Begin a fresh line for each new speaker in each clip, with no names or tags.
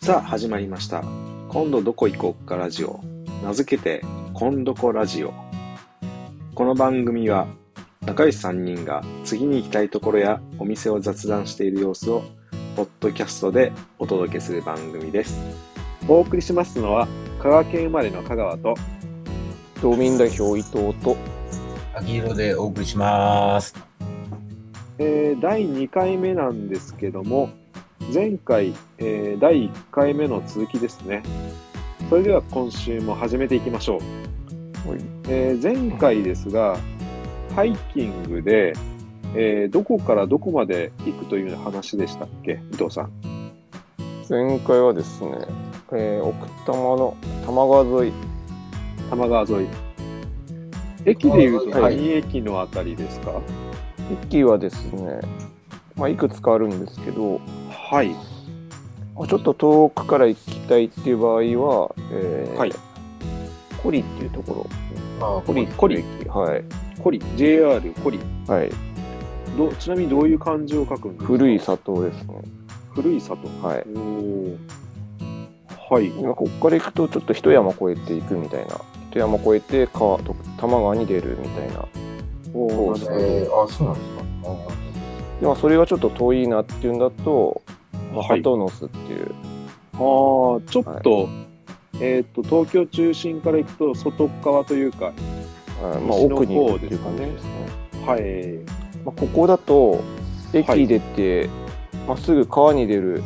さあ始まりました「今度どこ行こうかラジオ」名付けて「今どこラジオ」この番組は仲良し3人が次に行きたいところやお店を雑談している様子をポッドキャストでお届けする番組ですお送りしますのは香川県生まれの香川と
道民代表伊藤と
秋色でお送りします。
えー第2回目なんですけども前回、えー第1回目の続きですねそれでは今週も始めていきましょう、
はい
えー前回ですがハイキングで、えーどこからどこまで行くという話でしたっけ伊藤さん
前回はですね、えー奥多摩の多摩川沿い
多摩川沿い駅でいうと
はい
何駅のあたりですか
駅はですね、まあ、いくつかあるんですけど
はい
まあちょっと遠くから行きたいっていう場合は、えー
はい
コリっていうとこ
あ
ろコリ
コリ
っていう駅はい、
コリ JR コリ
はい、
どちなみにどういう漢字を書くんですか
古い里ですね
古い里
はい
おーはい
今ここから行くとちょっと一山越えていくみたいな一山越えて川と多摩川に出るみたいな
おーなる
えー、あ、そうなんですか。
でもそれがちょっと遠いなっていうんだと、
ほどは
ハ
い
トノスっていう
あーちょっと、えーっと東京中心から行くと外側というか
あーまあ、
西の
奥に行
方
くっていう感じですね。
はい
まあ、ここだと
はい
駅出て、まあ、すぐ川に出る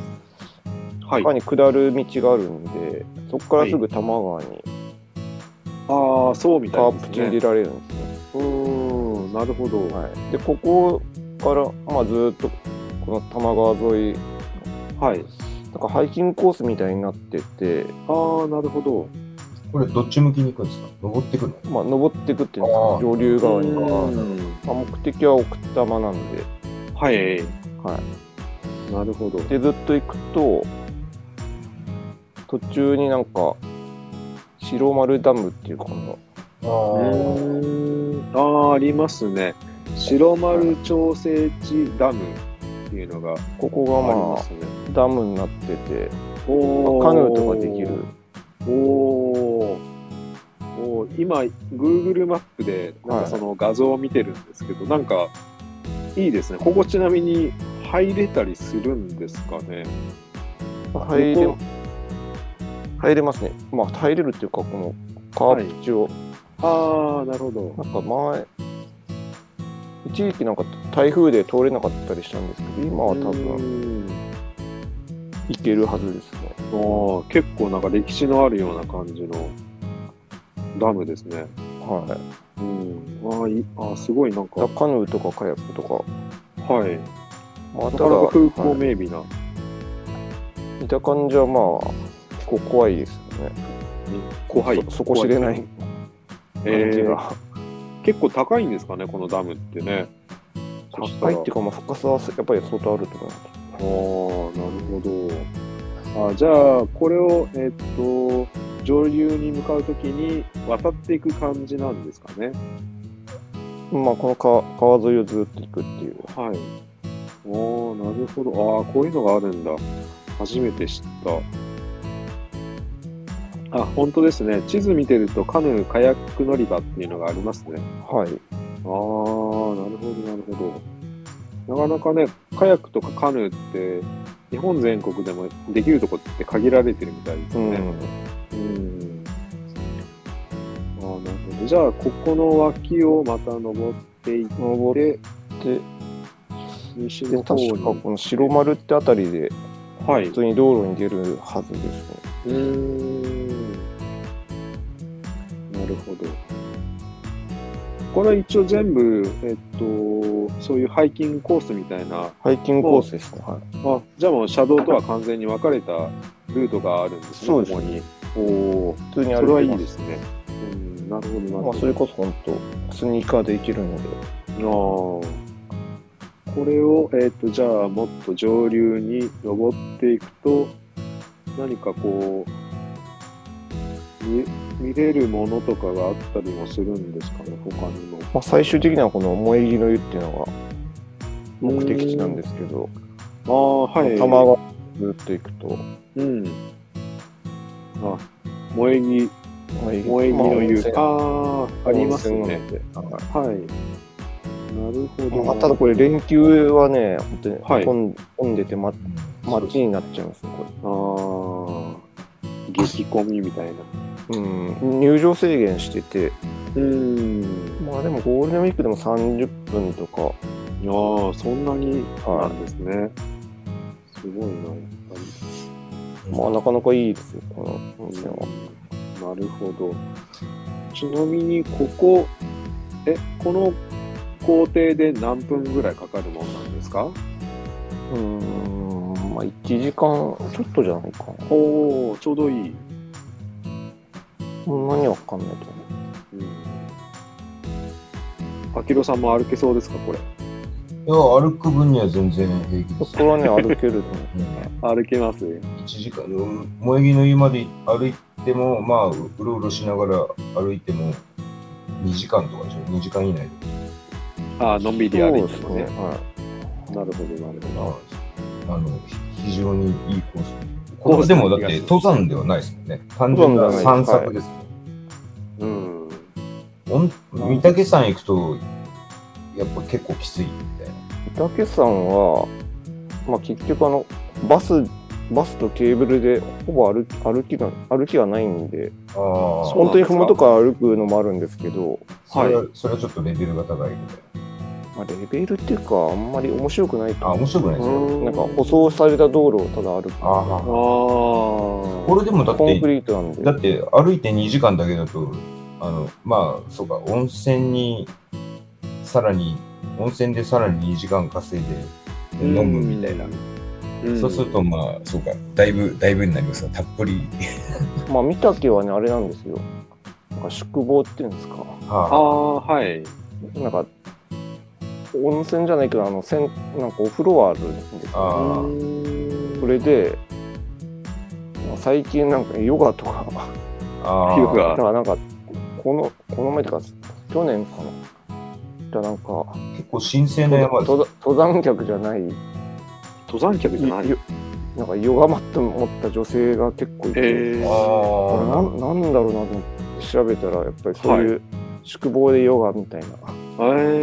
はい
川に下る道があるんでそこからすぐ多摩川に
ああそうみた
川
いで
プ
す
チに
ね
出られるんですね。
うーんなるほど、
はい、でここから、まあ、ずーっとこの多摩川沿い
はい、
なんかハイキングコースみたいになってて、
ああなるほど
これどっち向きに行くんですか。登ってくる
まあ、登っていくっていうんですか
あー
上流
う
川に、ま
ーん
あ、目的は奥多摩なんで
はい、
は
なるほど
でずっと行くと途中になんか白丸ダムっていうこの
う
の。
ーんああありますね白丸調整地ダムっていうのがあり
ここがまあ
ますね、
ダムになってて、
お
カヌーとかできる。
おーおー今 Google マップでなんかその画像を見てるんですけど、なんかいいですねここちなみに入れたりするんですかね
入れ
ここ
入れますね。まあ入れるっていうかこのカープチを、
ああなるほど
なんか前一時期なんか台風で通れなかったりしたんですけど、今は
う
多分
ーん
行けるはずですね。
あー結構なんか歴史のあるような感じのダムですね
はい。だ
うんあーいあーすごいなんか
からカヌーとかカヤックとか、
はい
まあ
な
た
か
だ、
なか風光
はい
明媚な、
見た感じはまあ結構怖いですよね。
怖い
そそこ知れない
怖
感じ
えー
が。
結構高いんですかねこのダムってね
高いっていうかまあ深さはやっぱり相当あると思います。
ああ、なるほど。あじゃあ、これを、えっと、上流に向かうときに渡っていく感じなんですかね。
まあこの川川沿いをずっと行くっていう。
はい。おー、なるほど。ああ、こういうのがあるんだ。初めて知った。あ、本当ですね。地図見てると、カヌー、カヤック乗り場っていうのがありますね。ああ、
はい。
なるほど、なるほど。なかなかね、カヤックとかカヌーって、日本全国でもできるとこって限られてるみたいです
う
ね。
ん。
うんああなるほどじゃあここの脇をまた登っていっ
登ってて、
西
で
の方
確
に
かこの白丸ってあたりで、
はい
普通に道路に出るはずですね。
うーんなるほどこれは一応全部えっとそういうハイキングコースみたいな
ハイキングコースですね。は
あじゃあもう車道とは完全に分かれたルートがあるんですね
そうです
ここにおお
い。普通に
それ
歩
はい
て
い
ま。
ですすねうんなるほどなるほど、
まあそれこそ本当スニーカーで行けるので、
ああこれを、えっとじゃあもっと上流に登っていくと何かこう見見れるものとかがあったりもするんですかね他にも
まあ最終的にはこの萌え木の湯っていうのが目的地なんですけど、
ああはい
玉川ずっと行くと、
うんあ、萌え木、萌え木の湯。ああ、ありますね。
はい
はい。なるほど。
まあ、ただこれ連休はね、本当に
はい
混ん混んでてま、
ま
マッチになっちゃいますね、こ
ああ、激混みみたいな。
れ。うん、入場制限してて、
うーん。
まあでもゴールデンウィークでも30分とか、
いやーそんなになんですね。すごいな。
まあなかなかいいですよ、この温泉は。
なるほど。ちなみに、ここ、え、この工程で何分ぐらいかかるもんなんですか
うーん、まあ1時間ちょっとじゃないかな。
おおちょうどいい。
そんなにはかかんないと思
うん。あきろさんも歩けそうですか、これ。
いや、歩く分には全然平気
う。
で
そ
す。
こはね、歩けると思う。
うん
歩けますね。
一時間、うん萌木の湯まで歩いても、まあ、うろうろしながら歩いても、2時間とかでしょ、2時間以内で。
ああ、のんびり
そう
歩い
で
て
す
も
ね。
ね。
は
なるほど、なるほど。
ああの、ひ非常にいいコース。これでもだって登山ではないですもんね。単純な散策ですね。
うん。
おん御嶽山行くと、やっぱ結構きついみたいな。
い。伊達さんは、まあ結局あの、バス、バスとケーブルでほぼ歩き歩きが歩きがないんで、
ああ、
そう
本当にふもとから歩くのもあるんですけど、
それは、それはちょっとレベルが高いみたい
まあ、レベルっていうか、あんまり面白くない
な。あ、
と。
面白くないですよ。
なんか舗装された道路をただ歩く。
あ
ああ、こ
ー
れでもだっ
コンク
て、
リートなんで。
だって歩いて2時間だけだと、あの、まあ、そうか、温泉に、さらに、温泉でさらに2時間稼いで、飲むみたいな。
うん
そうすると、まあ、そうか、だいぶ、だいぶになりますが、たっぷり。
まあ、見たけはね、あれなんですよ。なんか宿坊っていうんですか。
あ
は
あ、はい。
なんか、温泉じゃないけど、あの、せんなんかお風呂はあるんです
あ
よ、
ー
うーん
それで、まあ最近なんかヨガとか、
あ、ああ
皮膚が
だからなんか、この、この前とか、去年かな。じゃあなんか、
結構神聖な山
登
です。
登山客じゃない、
登山客じゃない
よなんかヨガマット持った女性が結構いて、
えー、
これ
あ
なんなんだろうなと思って調べたらやっぱりそういう宿坊でヨガみたいな、
え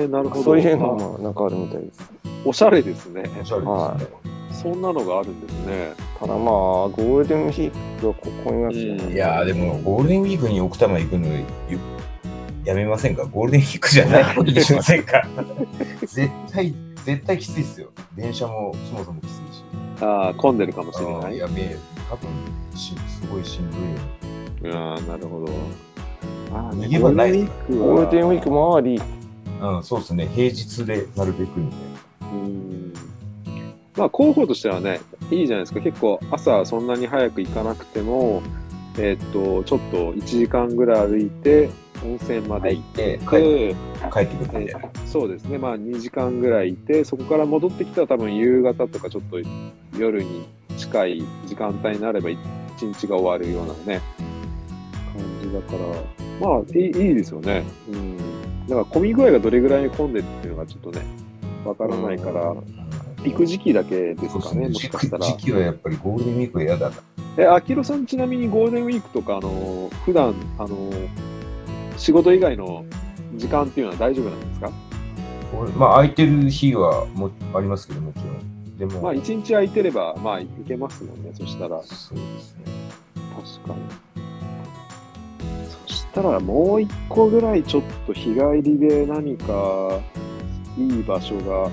ー、なるほど。
そういうのもなんかあるみたいです
おしゃれですね。
あ、おしゃれですね。
そんなのがあるんですね。
ただまあゴールデンウィークはここになっちゃう
うん
いやーでもゴールデンウィークに奥多摩行くのゆやめませんかゴールデンウィークじ ゃないことにしませんか絶対、絶対きついっすよ。電車もそもそもきついし。
ああ、混んでるかもし
あ
れな
ー
い。
やべえ、多分しすごいしんどいよ。
ああ、なるほど。あ
逃げ場ないです
ゴールデンウィーク
も。
もあり
うん、そうですね。平日でなるべくみたいな。
うーんまあ、候補としてはね、いいじゃないですか。結構朝そんなに早く行かなくても、えーっと、ちょっと1時間ぐらい歩いて、温泉まで行って、
で、帰帰ってくるみたいな。
そうですね、まあ、2時間ぐらいいて、そこから戻ってきたら、多分夕方とかちょっと夜に近い時間帯になれば、一日が終わるようなね、感じだから、まあいい、いいですよね。うん。だから、混み具合がどれぐらいに混んでるっていうのがちょっとね、わからないから、行く時期だけです
そうで
か
す
ね、
ね。
もし
時
かしたら。
期はやっぱりゴールデンウィークは嫌だな。
え、あきろさん、ちなみにゴールデンウィークとか、あの、普段、あの、仕事以外の時間っていうのは大丈夫なんですか
これまあ空いてる日はもありますけどもちろん。でも、
まあ、一日空いてれば、まあ、行けますもんね、そしたら。
そうですね。
確かに。そしたらもう一個ぐらいちょっと日帰りで何かいい場所が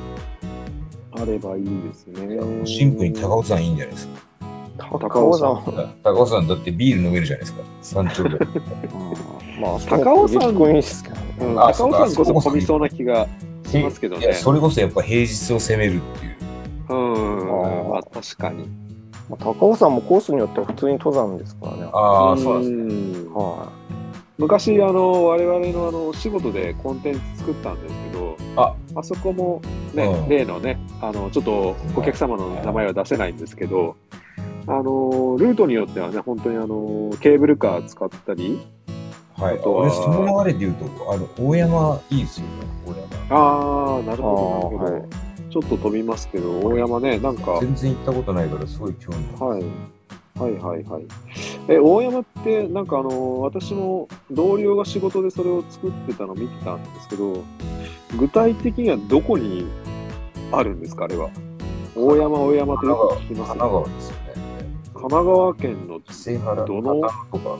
あればいいですね。
シンプルに高尾山いいんじゃないですか。
高尾山
高尾山だってビール飲めるじゃないですか。山頂で。
うんまあ
高尾山
激混みですけどね
うん
あ
高
そう
尾
か
山こそ混みそうな気がしますけど
い
ね
や、。それこそやっぱ平日を攻めるっていう。
うん。
あー
まあ確かに。
まあ高尾山もコースによっては普通に登山ですからね
ああ、
ん
そうなんですね。
は
昔、あの、我々のあの、お仕事でコンテンツ作ったんですけど、
あ
そこもね、
うん
例のね、あの、ちょっとお客様の名前は出せないんですけど、あの、ルートによってはね、本当にあの、ケーブルカー使ったり、
はい。
あとは
俺、その流れで言うと、あの、大山いいですよね。大
ああ、なるほど、
あー
なるほど。ちょっと飛びますけど、大山ね、なんか、
山。
はい、
全然行ったことないから、すごい興味ある。
はいはいはい。え、大山って、なんかあの、私も同僚が仕事でそれを作ってたの見てたんですけど、具体的にはどこにあるんですか、あれは。大山、大山とよく聞きます
神
けど
奈川ですよね。
神奈川県の
伊勢原
ど
ど
の
のとか、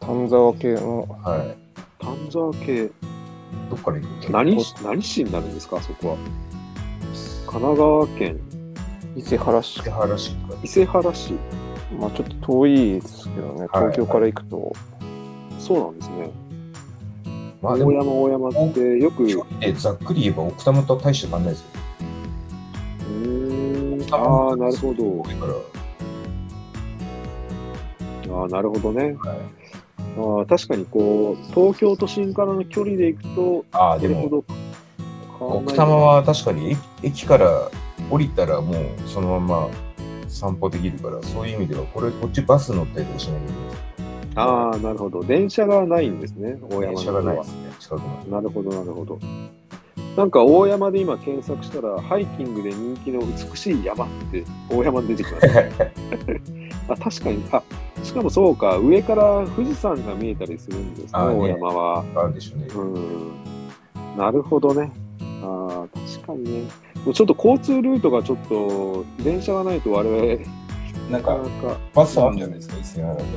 丹沢系の
は
丹沢系、
い。どっから行くの
何市何市になるんですか、あそこは。神奈川県
伊勢原市
伊勢、原市とか
伊勢原市。
まあ、ちょっと遠いですけどね、東京から行くと、
そうなんですね。
まあ
大
でも、
山、大山ってよく、
距
う
離でざっくり言えば奥多摩とは大した感じないですよ。
ーん、ああ、なるほど
多。いから、
ああ、なるほどね。
はい、
ああ確かにこう、東京都心からの距離で行くと、
ああ、
そ
で
れほ
も、
ど
奥多摩は確かに駅駅から降りたらもうそのまま散歩できるから、そういう意味では、これ、こっちバス乗ったりとかしないといけないです。
ああ、なるほど。電車がないんですね、大山の
電
方
車
は
がないですね、近くまで。
なるほど、なるほど。なんか大山で今検索したら、ハイキングで人気の美しい山って大山に出てき ました。 あ確かに、あしかもそうか、上から富士山が見えたりするんですね、
あーね
大山は。
あるでしょうね。
うん。なるほどね。ああ、確かにね。もうちょっと交通ルートがちょっと、電車がないと我々、
なん
なか
か、
なか、
バスあるんじゃないですか、伊勢原だったり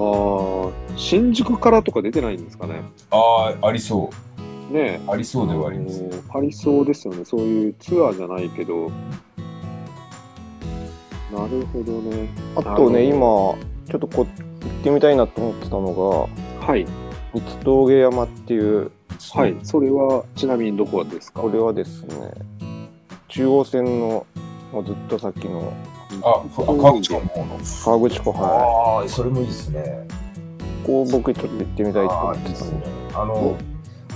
あー新宿からとか出てないんですかね。
か。ああ、ありそう。
ねえ
ありそうではあります。
あのありそうですよね。そういうツアーじゃないけど。なるほどね。
あとね、
なる
今、ち
ほ
ょっとこ行ってみたいなと思ってたの
はい。
が、三峠山っていう、
はい。それは、ちなみにどこですか
これはですね、中央線のもうずっと先の
あ、ふあ川口湖の方の。
川口湖、は
ああ、それもいいですね。
い、ここ僕ちょっと行ってみたいと
あ
思
あ、
っ
いいで
てた
す
ん
ね
で、。
あの、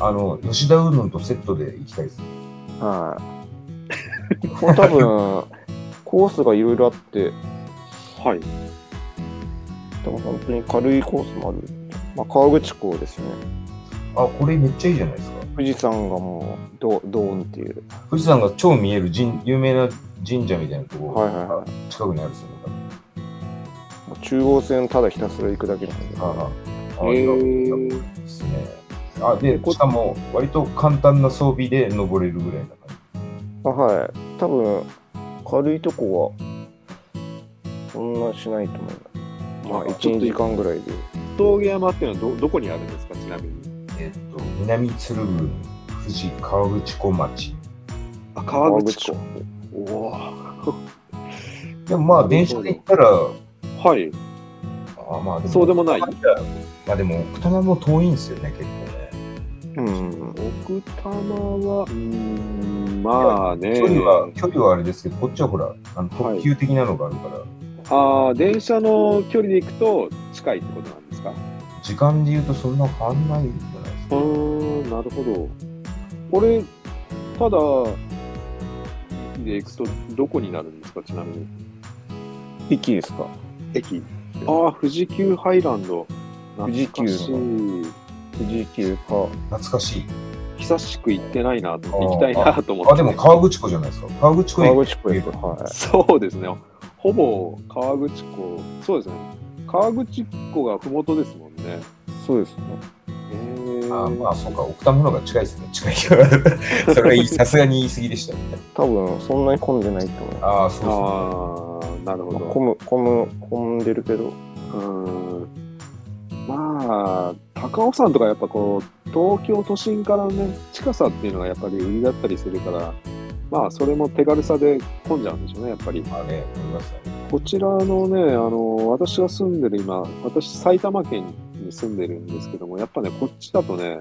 あの、吉田うどんとセットで行きたいですね。
はい。ここ多分、コースがいろいろあって、
はい。
多分本当に軽いコースもある。まあ、川口湖ですよね。
あ、これめっちゃいいじゃないですか。
富士山がもうド、ドーンっていう。
富士山が超見える神有名な神社みたいなところ、
はいはいは
近くにあるんですよね。多分
もう中央線ただひたすら行くだけなんで。
ああ、ああ、
え
い
ー
いですね。あ、で、しかも、割と簡単な装備で登れるぐらいな感じ。
あはい。多分、軽いとこは、そんなしないと思う。まあ、
ちょっ
1、2
と
時間ぐらいで。
峠山っていうのはど、どこにあるんですかちなみに。
えっと、南鶴郡富士河口湖町。
あ、川口
川
湖。お
でもま
な
あ、
る
電
ほ
車
ど
で行ったら、
お。はい。
あまあでも
そうでもない
まあでも奥多摩も遠いんですよね結構
う
ね、
ん。
奥多摩は、うーん、まあね
距。離は距離はあれですけどこっちはほらあの
はい
特急的なのがあるから、
ああ、電車の距離で行くと近いってことなんですか
時間で言うとそんな変わんないんじゃないです
う
か、
ーん、なるほど。これ、ただ、で行くと、どこになるんですか、ちなみに。
駅ですか
駅。ああ、富士急ハイランド。
富士急
懐かしい。
富士急か。
懐かしい
久しく行ってないなと、
あー
行きたいなと思って。
あでも川口湖じゃないですか川口湖駅
川口湖です。はい。
そうですね。ほぼ川口湖、そうですね。川口湖がふもとですもんね。
そうですね。
へ
あ
ー
まあそうか奥多摩の方が近いですね近いけどそれは言いさすがに言い過ぎでした
多分、そんなに混んでないと思う。
ああそうそ
あー、なるほ
まあ
ど。
混む、混む、混んでるけど。
うーんまあ、高尾山とかやっぱこう、東京都心からのね、近さっていうのがやっぱり売りだったりするから、まあ、それも手軽さで混んじゃうんでしょうね、やっぱり
う。まあね思いますよね
こちらのね、あの、私が住んでる今、私埼玉県に住んでるんですけども、やっぱね、こっちだとね、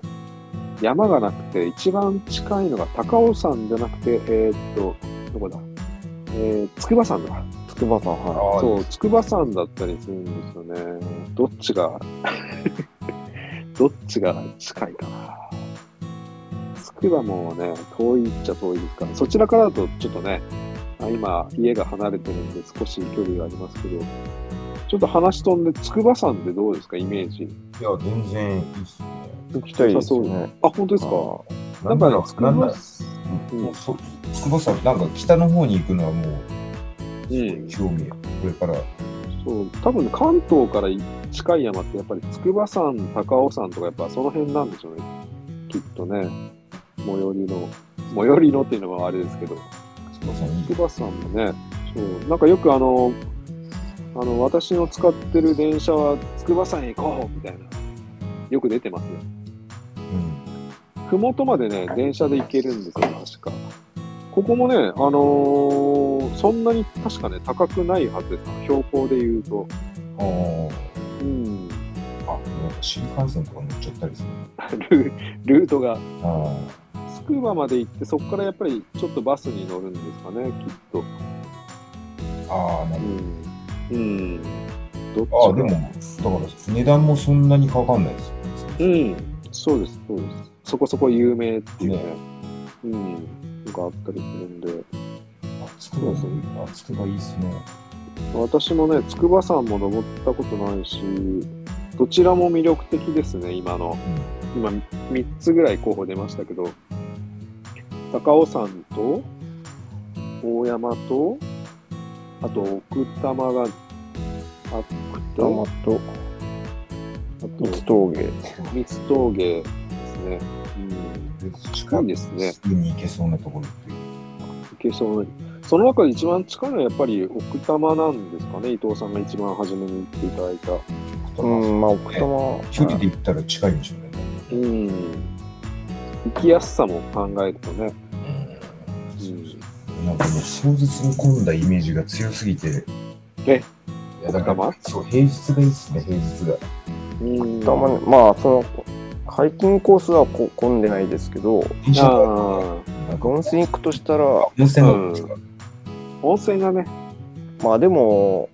山がなくて、一番近いのが高尾山じゃなくて、えーっと、どこだえー、筑波山だ。
筑波山、はい。
ああ
そう、筑波山だったりするんですよね。どっちが、 どっちが近いかな。筑波もね、遠いっちゃ遠いですから、そちらからだとちょっとね、あ今、家が離れてるんで少し距離がありますけど、ちょっと話飛んで、筑波山ってどうですか、イメージ。
いや全然いいっすね
行きたいですよね。
あ、本当ですか。なんかね、筑
なん
波
だ
山、
うんもうそ筑波山なんか北の方に行くのはもう
うん
興味これから
そう多分ね関東から近い山ってやっぱり筑波山高尾山とかやっぱその辺なんでしょうねきっとね最寄りの最寄りのっていうのはあれですけど
筑波山いい
筑波山もねそうなんかよくあのあの私の使ってる電車は筑波山へ行こうみたいなよく出てますね
うん
麓までね、電車で行けるんですよ、確か。ここもね、あのーそんなに確かね、高くないはずです。標高で言うと。
あー
うん。
あやっぱ新幹線とか乗っちゃったりする
ルルー トが、
あー
つくばまで行って、そこからやっぱりちょっとバスに乗るんですかね、きっと。
あーなる
うん。うん。どっちか
ほどあーでもだから値段もそんなにかかんないですよ
うん。そうです、そうです。そこそこ有名っていうね。うん。なんかあったりするんで。
あつくばあつくばいいっすね
私もね、筑波山も登ったことないし、どちらも魅力的ですね、今の。今、3つぐらい候補出ましたけど、高尾山と、大山と、あと奥多摩があって、
ダマ
あ
と
と
三つ峠。
三ツ峠ですね。うん。
うん近
近い
く
ですね。
すぐに行けそうなところってい
行け
う
そうなその中で一番近いのはやっぱり奥多摩なんですかね、伊藤さんが一番初めに行っていただいた。
こと
う
なんですよ
ん、まあ奥多
距
摩
離。で行ったら近いんでしょう
う
ね。
ん。生きやすさも考えるとね。
なんかもう壮絶に混んだイメージが強すぎて。
え
いやだか
奥多
ら
摩、
そう、平日がいいっすね、平日が。
うん。
奥多摩ね、まあその、ハイキングコースはこ混んでないですけど、
電車が、
あ
なんか
温泉行くとしたら、
温泉があるんですか。
あ、温泉がね、
まあでも、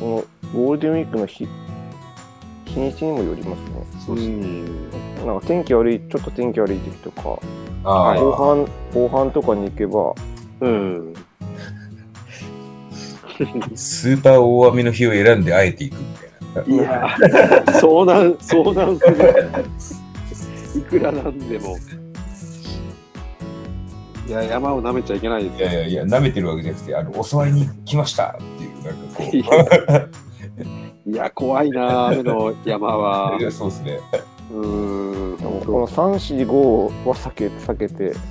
そのゴールデンウィークの日、日にちにもよりますね。
そうですね。
ん。
なんか天気悪い、ちょっと天気悪い時とか、
あ
後
あ、
半、後半とかに行けば、
うん。
スーパー大雨の日を選んであえて行くみたいな。
いやー、遭難、遭難する。いくらなんでも。いや、山を舐めちゃいけないです
いやい
よ。
やいや、舐めてるわけじゃなくて、あの、襲わいに来ましたっていう、なんかこう。
いいや、怖いなー、雨の山は。
いやそうですね。
うん、
でも
本
この3、4、5は避け、避けて、
そうですね。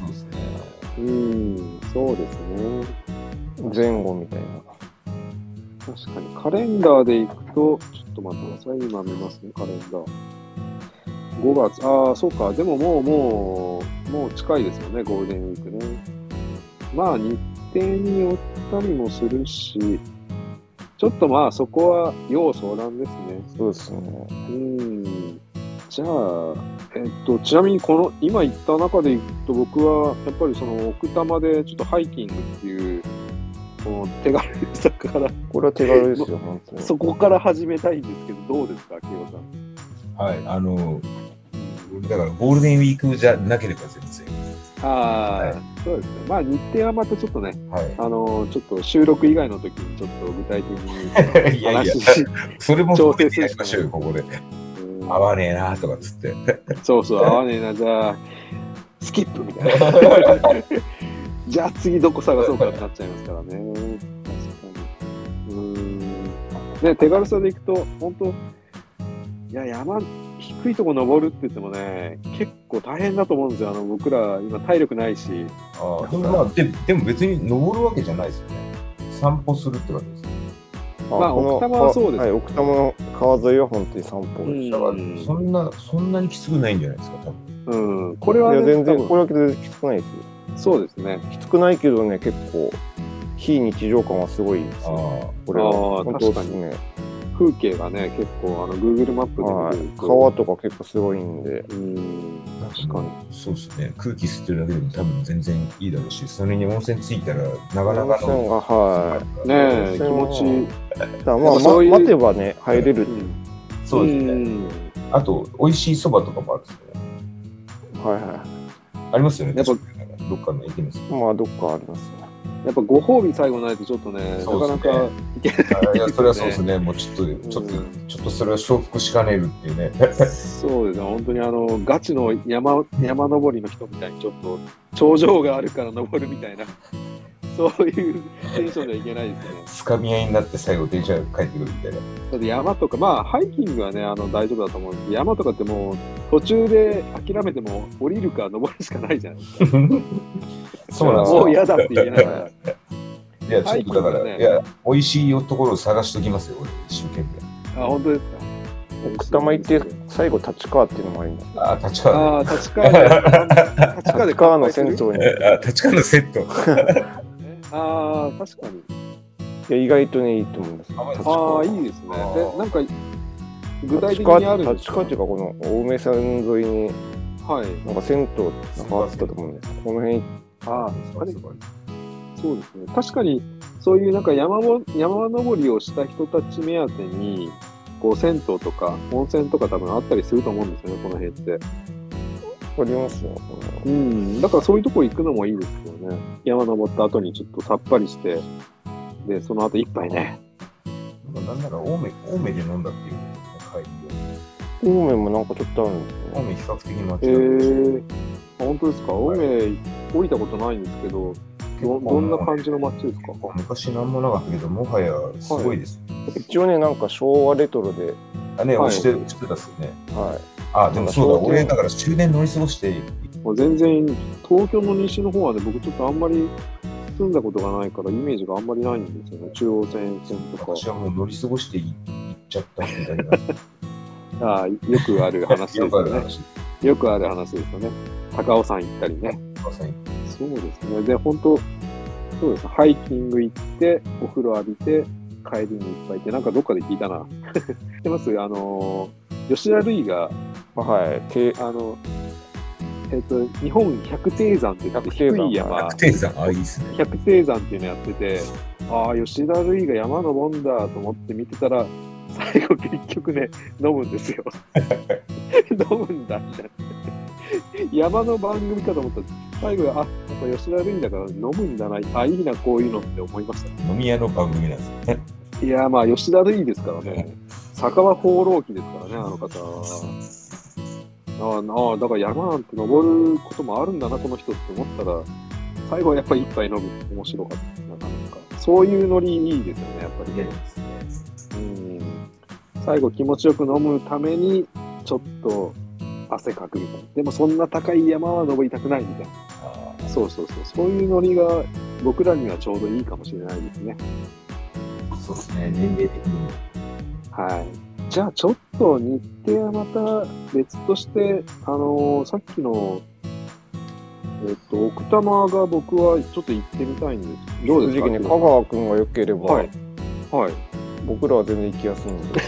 当。うん、そうですね。
前後みたいな。
確かに、カレンダーで行くと、ちょっと待ってください。今見ますね、カレンダー。5月、ああ、そうか。でももう、もう、もう近いですよね、ゴールデンウィークね。まあ、日程によったりもするし、ちょっとまあ、そこは要相談ですね。
そうですね。
うん。じゃあ、えっと、ちなみにこの、今言った中でいくと、僕は、やっぱりその、奥多摩で、ちょっとハイキングっていう、この手軽さから、
これは手軽ですよ、本当に。
そこから始めたいんですけど、どうですか、清さん。
はい、あの、だからゴールデンウィークじゃなければ全然。
あ
は
あ、そうですね。まあ、日程はまたちょっとね、
はい。
あのーちょっと収録以外の時にちょっと具体的に
いやいや
話、し、
それも
調
調
整
整
するしかない
しましょうよ、ここで。
うん
合わねえなとかっつって。
そうそう、合わねえな、じゃあ、スキップみたいな。 じゃあ次どこ探そうかってなっちゃいますからね。確かに。うーん。ね、手軽さでいくと、本当いや、山、低いとこ登るって言ってもね、結構大変だと思うんですよ。あの、僕ら、今体力ないし。
ああでもまあで、でも別に登るわけじゃないですよね。散歩するってわけですよ。
まあ
この
奥多摩はそうです
はい、奥多摩の川沿いは本当に散歩です。
だからそんな、そんなにきつくないんじゃないですか、多分。
うん、これ
い
は、ね、
や、全然、
多
こ
分
れだけできつくないですよ。
そうですね。
きつくないけどね、結構、非日常感はすごいですよ。
あ
これは
あー
本当ですね。
風景がね、結構、あの、Google マッ
は
プで見て
い。
ると。
川とか結構すごいんで。
うん、
あ。
確かに。
に。そうですね。空気吸ってるだけでも多分全然いいだろうし、それに温泉ついたら、なかな
温
かの。
泉が、は
ねえ、
温
気
泉は
持ちいい。
い。だからまあ、
でもそういう
ま待てばね、入れる。
そうで
う
すね。
ん
あと、美味しいそばとかもあるんですよね。
はいは
ありますよね。
やっぱ
確かになんかどっかの駅の。
い。まあ、どっかありますね。
やっぱご褒美最後ないとちょっとね、な
そう
か
ですね
なか、
あいや、それはそうです ね。もうちょっと、ちょっと
うん、
ちょっとそれは承服しかねるっていうね。
そうですね、本当にあの、ガチの山、山登りの人みたいにちょっと、頂上があるから登るみたいな、そういうテンションではいけないですね。
つかみ合いになって最後電車が帰ってくるみ たいな。
だって山とか、まあハイキングはね、あの大丈夫だと思うんですけど、山とかってもう途中で諦めても降りるか登るしかないじゃないですか。
そうなんです
も
よ
う。嫌だって言えないから。
いや、ちょっとだから、
はい
いや、美味しいところを探しときますよ、俺、一生懸
あ、本当ですか。
奥多摩行って最後立川っていうのもあります。
命。あ、立川。
ああ、立 川で、立川で
立川の銭湯に。
乾杯
い
あ、立川のセット。
するねああ、確かに。
や意外とねいいと思います。立
あ
川
あ、いいですね。
あー
で、なんか、具体
立
的にあ
川
るんです
立
か
川っていうかこの青梅山沿いに
はい。
なんか銭湯なんかあったと思うんですこの辺
ああ、
あれ
そうですね。確かに、そういうなんか山も山登りをした人たち目当てに、こう、銭湯とか温泉とか多分あったりすると思うんですよね、この辺って。
ありますよ。
うん。だからそういうとこ行くのもいいですよね。山登った後にちょっとさっぱりして、で、その後一杯ね。
なんなら、青梅、青梅で飲んだっていう、会議
青梅もなんかちょっとあるんです
を。青
よね。
梅比較的
え
街なんですよ
ー、あ本当ですか青梅降りたことないんですけど、どどんな感じの街ですか
昔なんもなかったけど、もはやすごいです。
一応ねなんか昭和レトロで、
あ、ね、
はい
押して、押してたっすよね。
は
あ、でもそうだ、
なんか
俺、だから終電乗り過ごして、
もう全然東京の西の方はね僕ちょっとあんまり住んだことがないからイメージがあんまりないんですよね中央線線とか
私はもう乗り過ごしてい行っちゃったみたいな。
ああよくある話です
よくあ
よ
る
ね
話。
よくある話ですよね高尾山行ったりね
まさに
そうですねで本当そうですハイキング行ってお風呂浴びて帰りにいっぱい行ってなんかどっかで聞いたな 知ってますあのー吉田類が
いはい。て
あのえっ、と日本百低山って言って低い
百低
山
山
テイさん、あ、いいっすね。
百低山っていうのやってて、ああ、吉田類が山登るんだと思って見てたら、最後結局ね、飲むんですよ。 飲むんだみたいな。山の番組かと思ったら、最後、あ、やっぱ吉田類だから飲むんだな、あ、いいな、こういうのって思いまし
飲み屋の番組なんですよね。
た。いやー、まあ、吉田類ですからね。酒場放浪記ですからね、あの方は。ああなあ、だから山なんて登ることもあるんだな、この人って思ったら、最後はやっぱり一杯飲む。面白かったな、なんか。そういうノリいいですよね、やっぱり
いやい
ね
い。ですね。
うん。最後気持ちよく飲むために、ちょっと汗かくみたいな。でもそんな高い山は登りたくないみたい
あ
な。そうそうそう。そういうノリが僕らにはちょうどいいかもしれないですね。
ーそうですね、年齢的にも。
はい。じゃあちょっと日程はまた別として、あのーさっきの、えっと、奥多摩が僕はちょっと行ってみたいんです。どうです
正
か
直ね香川くんが良ければ、
はい。はい。
僕らは全然行きやすいんで。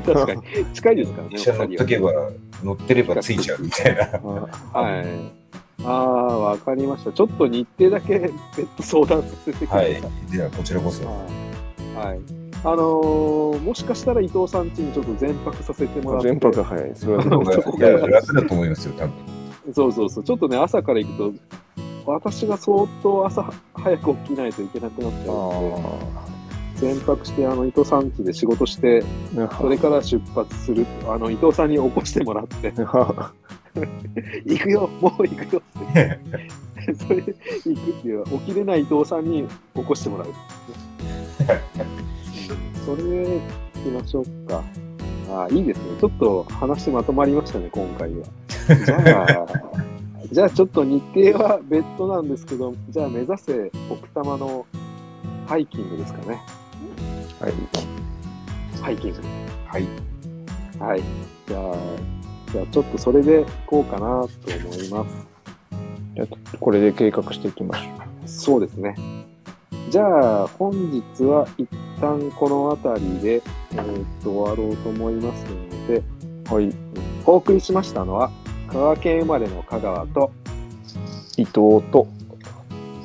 確かに。近いですからね。
一緒に乗っとけば、乗ってればついちゃうみたいな。
はい。ああ、わかりました。ちょっと日程だけ別途相談させてくだ
は
さい。
い。では、こちらこ そ。
はい。はいあのーもしかしたら伊藤さん家にちょっと全泊させてもらって。
全泊早い。それは
そうそう
いや、楽だと思いますよ、多分。
そうそうそう。ちょっとね、朝から行くと、私が相当朝早く起きないといけなくなってるん
あ
で、全泊して、あの、伊藤さん家で仕事して、
あ。
それから出発する。あの、伊藤さんに起こしてもらって、行く よもう行くよ って。それ、行くっていう、起きれない伊藤さんに起こしても らう。それで行きましょうか。あーいいですね。ちょっと話まとまりましたね、今回 は。じゃあ、じゃあちょっと日程は別途なんですけど、じゃあ目指せ奥多摩のハイキングですかね。
はい。
ハイキング。
はい。
はい。じゃあ、じゃあちょっとそれで行こうかなと思います。
じゃあこれで計画していきましょ
そうですね。じゃあ、本日は一旦この辺りで、えーっと終わろうと思いますので、
う。はい。
お送りしましたのは、香川県生まれの香川と、
伊藤と。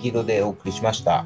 黄色でお送りしました。